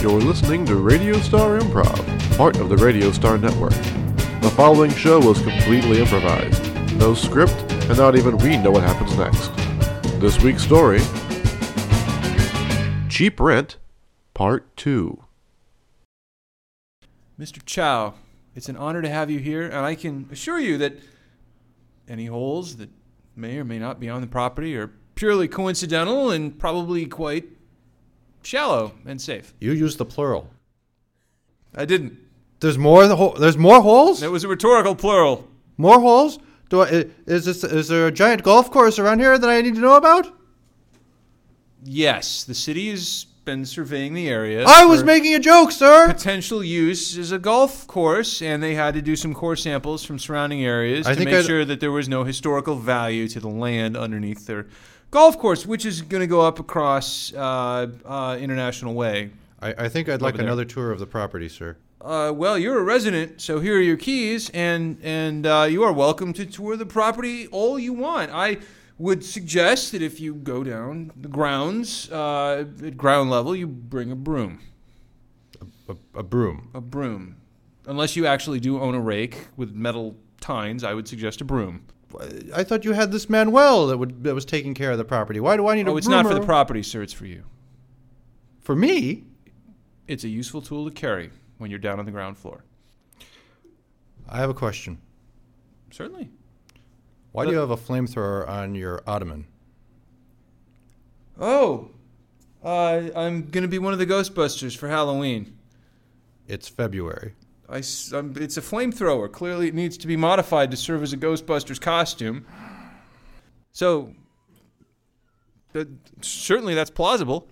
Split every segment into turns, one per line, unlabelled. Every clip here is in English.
You're listening to Radio Star Improv, part of the Radio Star Network. The following show was completely improvised. No script, and not even we know what happens next. This week's story Cheap Rent, Part 2.
Mr. Chow, it's an honor to have you here, and I can assure you that any holes that may or may not be on the property are purely coincidental and probably quite shallow and safe.
You used the plural.
I didn't.
There's more. The ho- there's more holes.
That was a rhetorical plural.
More holes. Do I, i- is this is there a giant golf course around here that I need to know about?
Yes, the city has been surveying the area.
I was
for
making a joke, sir.
potential use as a golf course, and they had to do some core samples from surrounding areas
I
to
think
make
I'd-
sure that there was no historical value to the land underneath their golf course, which is going to go up across uh, uh, International Way.
I, I think I'd like
Over there.
another tour of the property, sir.
Uh, well, you're a resident, so here are your keys, and and uh, you are welcome to tour the property all you want. I would suggest that if you go down the grounds uh, at ground level, you bring a broom.
A, a broom.
A broom. Unless you actually do own a rake with metal tines, I would suggest a broom.
I thought you had this Manuel that would that was taking care of the property. Why do I need a
Oh, it's
broom?
not for
or-
the property, sir, it's for you.
For me,
It's a useful tool to carry when you're down on the ground floor.
I have a question.
Certainly.
Why
The-
do you have a flamethrower on your ottoman?
Oh, uh, I'm going to be one of the Ghostbusters for Halloween.
It's February.
I, am it's a flamethrower. Clearly, it needs to be modified to serve as a Ghostbusters costume. So, that, certainly that's plausible.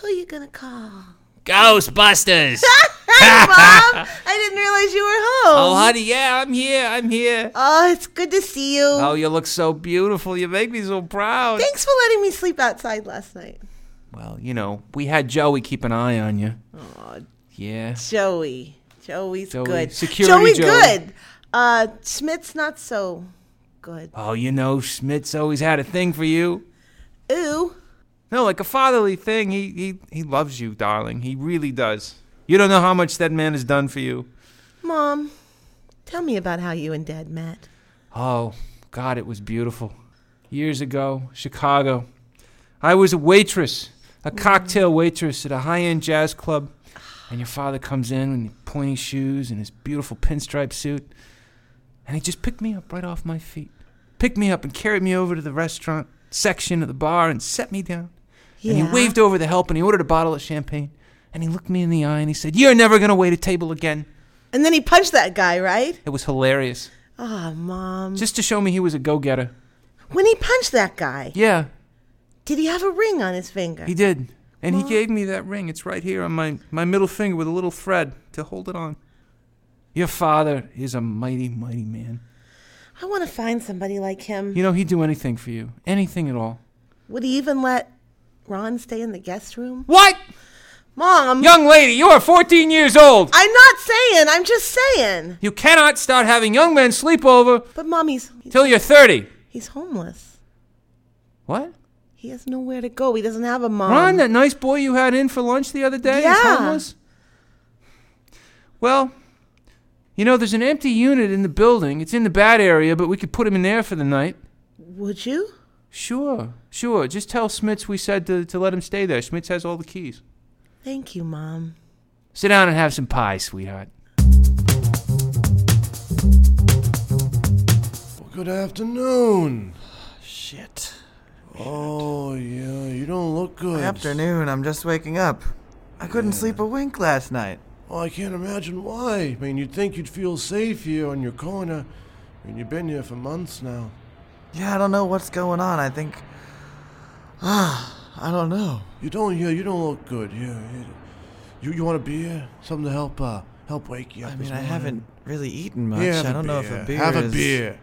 Who you gonna call?
Ghostbusters!
Hi, Mom. I didn't realize you were home.
oh, honey, yeah, I'm here, I'm here.
Oh, it's good to see you.
Oh, you look so beautiful. You make me so proud.
Thanks for letting me sleep outside last night.
Well, you know, we had Joey keep an eye on you.
Oh,
Yeah.
Joey. Joey's
Joey.
good.
Security
Joey,
Joey.
good. Uh, Schmidt's not so good.
Oh, you know, Schmidt's always had a thing for you.
Ooh.
No, like a fatherly thing. He he he loves you, darling. He really does. You don't know how much that man has done for you.
Mom, tell me about how you and Dad met.
Oh, God, it was beautiful. Years ago, Chicago. I was a waitress, a cocktail waitress at a high end jazz club. And your father comes in in pointy shoes and his beautiful pinstripe suit. And he just picked me up right off my feet. Picked me up and carried me over to the restaurant section of the bar and set me down. And he waved over the help and he ordered a bottle of champagne. And he looked me in the eye and he said, You're never going to wait a table again.
And then he punched that guy, right?
It was hilarious.
Oh, Mom.
Just to show me he was a go getter.
When he punched that guy,
Yeah,
did he have a ring on his finger?
He did. And he gave me that ring. It's right here on my, my middle finger with a little thread to hold it on. Your father is a mighty, mighty man.
I want to find somebody like him.
You know, he'd do anything for you. Anything at all.
Would he even let Ron stay in the guest room?
What?
Mom.
Young lady, you are 14 years old.
I'm not saying. I'm just saying.
You cannot start having young men sleep over
But mommy's he's,
till you're 30.
he's homeless.
What?
He has nowhere to go. He doesn't have a mom.
Ron, uh, that nice boy you had in for lunch the other day? is
Yeah.
homeless? Well, you know, there's an empty unit in the building. It's in the bad area, but we could put him in there for the night.
Would you?
Sure, sure. Just tell Schmitz we said to, to let him stay there. Schmitz has all the keys.
Thank you, mom.
Sit down and have some pie, sweetheart.
Good afternoon.
Shit.
Oh, yeah, you don't look good.
Afternoon, I'm just waking up. I couldn't sleep a wink last night.
Oh, I can't imagine why. I mean, you'd think you'd feel safe here on your corner. I mean, you've been here for months now.
Yeah, I don't know what's going on. I think. Ah, I don't know.
You don't, yeah, you don't look good. Yeah, yeah. you, you want a beer? Something to help, uh, help wake you up.
I
this
mean, I
morning?
haven't really eaten much.
Yeah, have
I don't know if
beer.
a beer
Have a
is-
beer.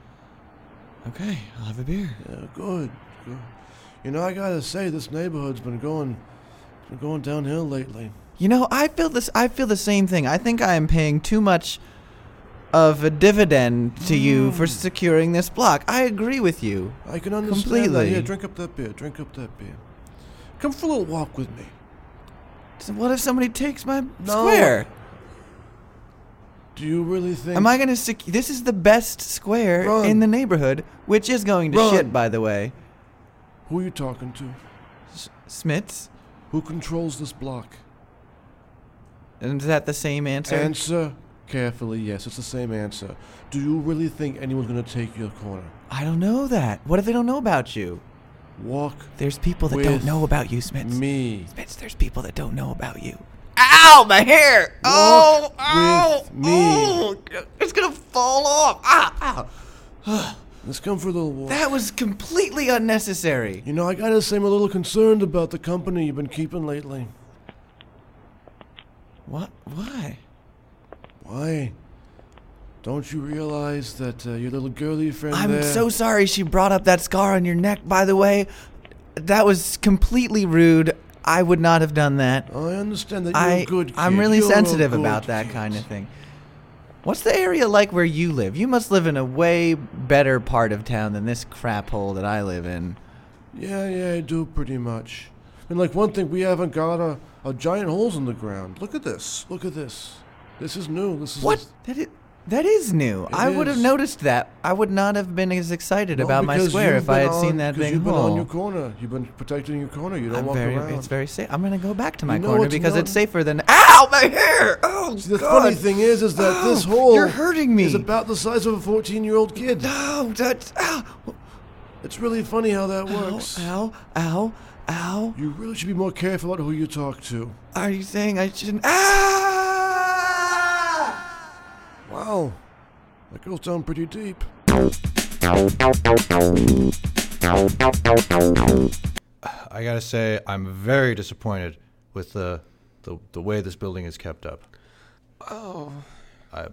Okay, I'll have a beer.
Yeah, good. good. You know, I gotta say, this neighborhood's been going, been going downhill lately.
You know, I feel this. I feel the same thing. I think I am paying too much
of a dividend to you
Mm.
for securing this block. I agree with you.
I can understand that. Yeah,
Completely.
drink up that beer. Drink up that beer. Come for a little walk with me.
So what if somebody takes my square?
Do you really think?
Am I going to sec- This is the best square
Run.
in the neighborhood, which is going to
Run.
shit by the way.
Who are you talking to?
S- Smits,
Who controls this block?
and is that the same answer?
Answer carefully. Yes, it's the same answer. Do you really think anyone's gonna take your corner?
I don't know that. What if they don't know about you?
Walk
There's people that
With
don't know about you, Smits.
me.
Smits, there's people that don't know about you. Ow, my hair! Oh,
Walk with me.
it's gonna fall off. Ah, ow.
Let's come for a little walk.
That was completely unnecessary.
you know, I gotta say, I'm a little concerned about the company you've been keeping lately.
What? Why?
Why? Don't you realize that uh, your little girly friend
I'm
there?
so sorry she brought up that scar on your neck, by the way. That was completely rude. I would not have done that.
Oh, I understand that you're
I,
a good kid.
I'm really
You're a
sensitive
good
about that
kid.
kind of thing. What's the area like where you live? You must live in a way better part of town than this crap hole that I live in.
Yeah, yeah, I do pretty much. And like one thing, we haven't got a, a giant holes in the ground. Look at this. Look at this. This is new. This is
What? That is, that is new. I would have
is.
noticed that. I would not have been as excited
No,
about my
because
square
you've
if I
been
had seen
on-
that
'cause
big
You've been
hole.
on your corner. You've been protecting your corner. You don't
I'm
walk
very,
around.
it's very safe. I'm gonna go back to my
You know
corner
it's
because
not-
it's safer than. Ow, my hair! Oh,
See, the
God.
funny thing is, is that
Ow,
this hole
You're hurting me.
is about the size of a 14-year-old kid.
Oh, that. Ow,
It's really funny how that
ow,
works.
ow, ow, ow.
You really should be more careful about who you talk to.
Are you saying I shouldn't? Ah!
Wow, that goes down pretty deep.
I gotta say, I'm very disappointed with the the, the way this building is kept up.
Oh,
I,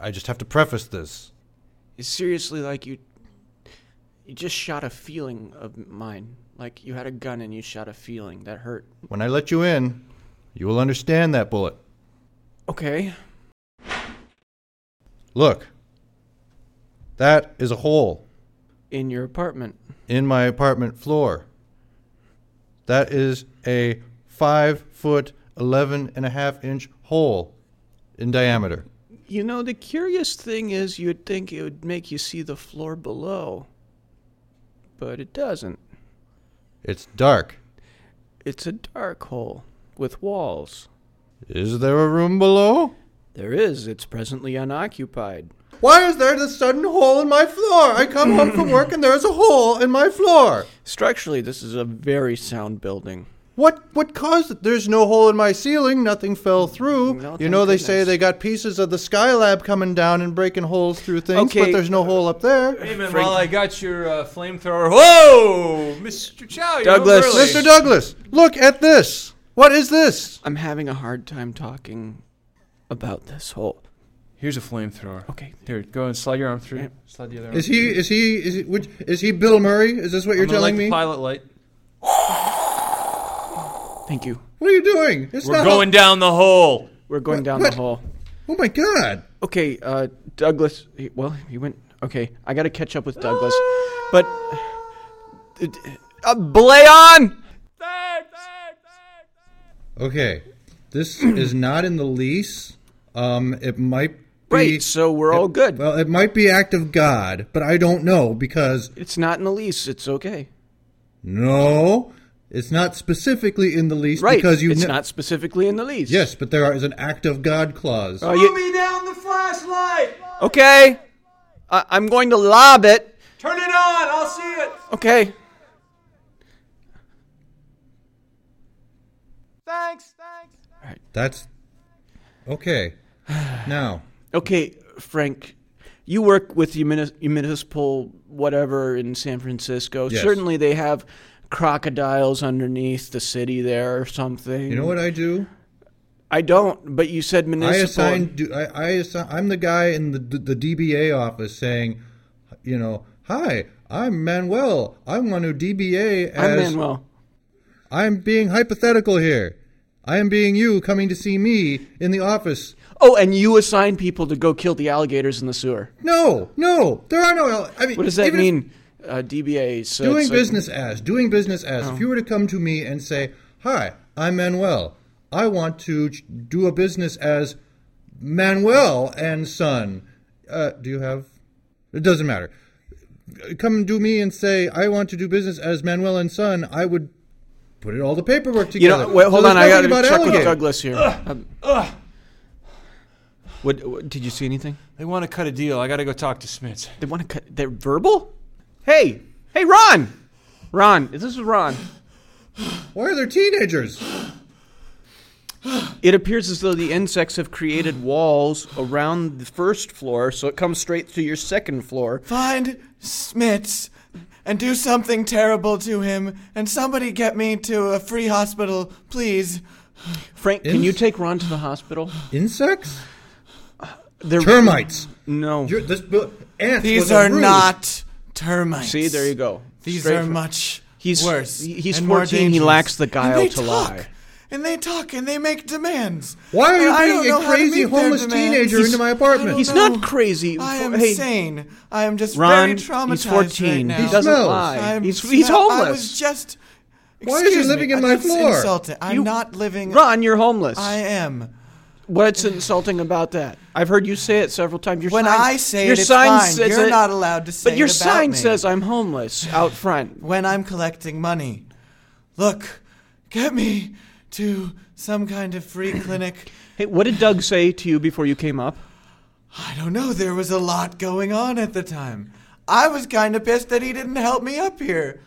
I just have to preface this.
seriously, like you. You just shot a feeling of mine. Like you had a gun and you shot a feeling that hurt.
When I let you in, you will understand that bullet.
Okay.
Look, that is a hole
In your apartment.
in my apartment floor. That is a five foot, eleven and a half inch hole in diameter.
You know, the curious thing is you'd think it would make you see the floor below. But it doesn't.
It's dark.
It's a dark hole with walls.
Is there a room below?
There is, it's presently unoccupied.
Why is there this sudden hole in my floor? I come home from work and there is a hole in my floor.
Structurally, this is a very sound building.
What what caused it? There's no hole in my ceiling. Nothing fell through.
Well,
you know
thank
they say
goodness.
they got pieces of the Skylab coming down and breaking holes through things, but
Okay.
there's no hole up there.
Hey man, while I got your uh, flamethrower, whoa, Mr. Chow, you're
Douglas.
home early.
Mr. Douglas, look at this. What is this?
I'm having a hard time talking about this hole.
Here's a flamethrower.
Okay.
Here, go and slide your arm through. Slide the other arm.
Is he is he is he, would, is he Bill Murray? Is this what you're
I'm gonna light
telling
the
me?
Pilot light.
Thank you.
What are you doing? It's
We're
not
going down the hole.
We're going
What-
down
what?
the hall.
Oh my god.
Okay, uh, Douglas. he- Well, he went. Okay, I gotta catch up with Douglas. But. Uh, Blayon!
Okay. This is not in the lease. Um it might be
Right, so we're all good.
Well, it might be act of God, but I don't know because
It's not in the lease. It's okay.
No, it's not specifically in the lease
Right.
because you.
it's
kn-
not specifically in the lease.
Yes, but there is an act of God clause.
Uh, you-
me down the flashlight.
okay. I- I'm going to lob it.
Turn it on. I'll see it.
Okay.
Thanks. Thanks.
That's okay. Now,
Okay, Frank, you work with the munis- municipal whatever in San Francisco.
Yes.
Certainly they have crocodiles underneath the city there or something.
you know what I do?
I don't, but you said
I
municipal.
assign. Do, I, I assign. I'm the guy in the the DBA office saying, you know, hi, I'm Manuel. I'm going to DBA
I'm
as
Manuel.
I'm being hypothetical here. I am being you coming to see me in the office.
Oh, and you assign people to go kill the alligators in the sewer.
No, no, there are no. al- I mean,
What does that
even if-
mean? Uh, DBA. So
doing
it's like-
business as doing business as.
Oh.
If you were to come to me and say, "Hi, I'm Manuel. I want to ch- do a business as Manuel and Son." Uh, do you have? It doesn't matter. Come to me and say, "I want to do business as Manuel and Son." I would put it all the paperwork
You
together.
know, wait, hold
So
on.
there's
I got
nothing
to
about
check with
alligator.
Douglas here. Um, what, what- did you see anything?
They want to cut a deal. I got to go talk to Smits.
They want to cut. They're verbal. Hey, hey, Ron, Ron. This is Ron.
Why are there teenagers?
It appears as though the insects have created walls around the first floor, so it comes straight to your second floor.
Find Smits and do something terrible to him, and somebody get me to a free hospital, please.
Frank, can you
Ins-
take Ron to the hospital?
Insects?
They're,
Termites?
No.
You're, this bu- ants
These
with a
are
roost.
not termites.
See, there you go.
These
Straight
are
from-
much
He's-
worse.
he- he's
and more
14, he
dangerous.
lacks the guile
and they
to
talk,
lie.
And they talk and they make demands.
Why are
And
you
I
bringing
don't know
a
how to
crazy
meet their
homeless
demands.
teenager into my apartment?
He's
No.
not crazy.
I am
Hey,
sane. I am just
Ron,
very
he's
traumatized
14.
right
He
now.
doesn't
smells.
lie.
I'm
he's he's
smell-
homeless.
I was just.
Why is he
excuse me,
living in
I-
my
that's
floor?
Insulting. I'm
You-
not living.
Ron, you're homeless.
I am.
What's insulting about that? I've heard you say it several times. Your
When
sign,
I say
your
it, it's
sign
fine.
says
You're
it,
not allowed to say
But your
it about
sign
me.
says I'm homeless out front.
when I'm collecting money. Look, get me to some kind of free clinic.
Hey, what did Doug say to you before you came up?
I don't know, there was a lot going on at the time. I was kind of pissed that he didn't help me up here.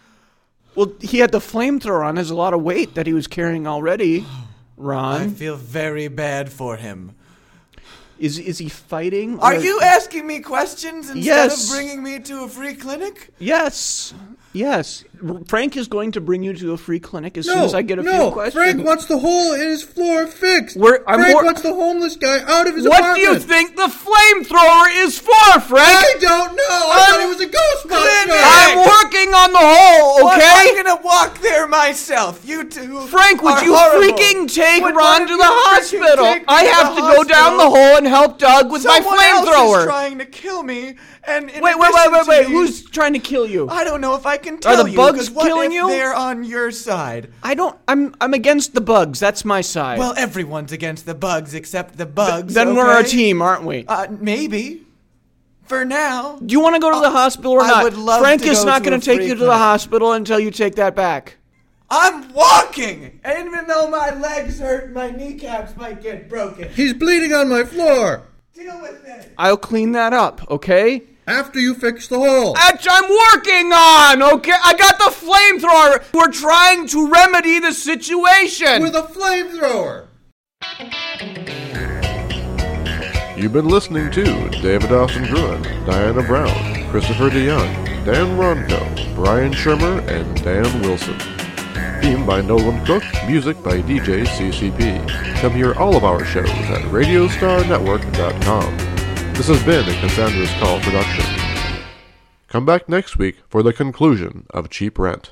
Well, he had the flamethrower on. There's a lot of weight that he was carrying already.
I
Ron,
feel very bad for him.
is is he fighting?
Are
or-
you asking me questions instead
Yes.
of bringing me to a free clinic?
Yes, yes. R- Frank is going to bring you to a free clinic as soon as I get a
no,
few questions.
Frank wants the hole in his floor fixed.
We're- I'm
Frank
more-
wants the homeless guy out of his
What do
apartment.
you think the flamethrower is for, Frank?
I don't know. I thought he was a ghost monster.
I'm working on the hole,
What?
okay?
I'm gonna walk there myself. You two.
Frank, would
are
you
horrible.
freaking take
Would one
Ron
of
to
you
the
freaking
hospital?
take me
I have to go down the
hospital?
hole and help Doug with my
Someone Else is
flamethrower.
trying to kill me, and in
Wait, wait, wait,
addition
wait,
to
wait.
me-
Who's trying to kill you?
I don't know if I can tell
the
you.
bugs
'cause what
killing
if
you?
They're on your side.
I don't. I'm. I'm against the bugs. That's my side.
Well, everyone's against the bugs except the bugs.
then we're a
okay?
team, aren't we?
Uh, maybe. For now.
Do you want to go to the hospital or
uh, I
not?
would love
Frank
to
is
go
not
to
gonna
a
take
free
you to the
clinic.
hospital until you take that back.
I'm walking! And even though my legs hurt, my kneecaps might get broken.
He's bleeding on my floor.
Deal with it.
I'll clean that up, okay?
After you fix the hole.
Which I'm working on, okay? I got the flamethrower. We're trying to remedy the situation.
With a flamethrower.
You've been listening to David Austin Gruen, Diana Brown, Christopher DeYoung, Dan Ronco, Brian Shermer, and Dan Wilson. Theme by Nolan Cook, music by DJ CCP. Come hear all of our shows at RadiostarNetwork.com. This has been a Cassandra's Call production. Come back next week for the conclusion of Cheap Rent.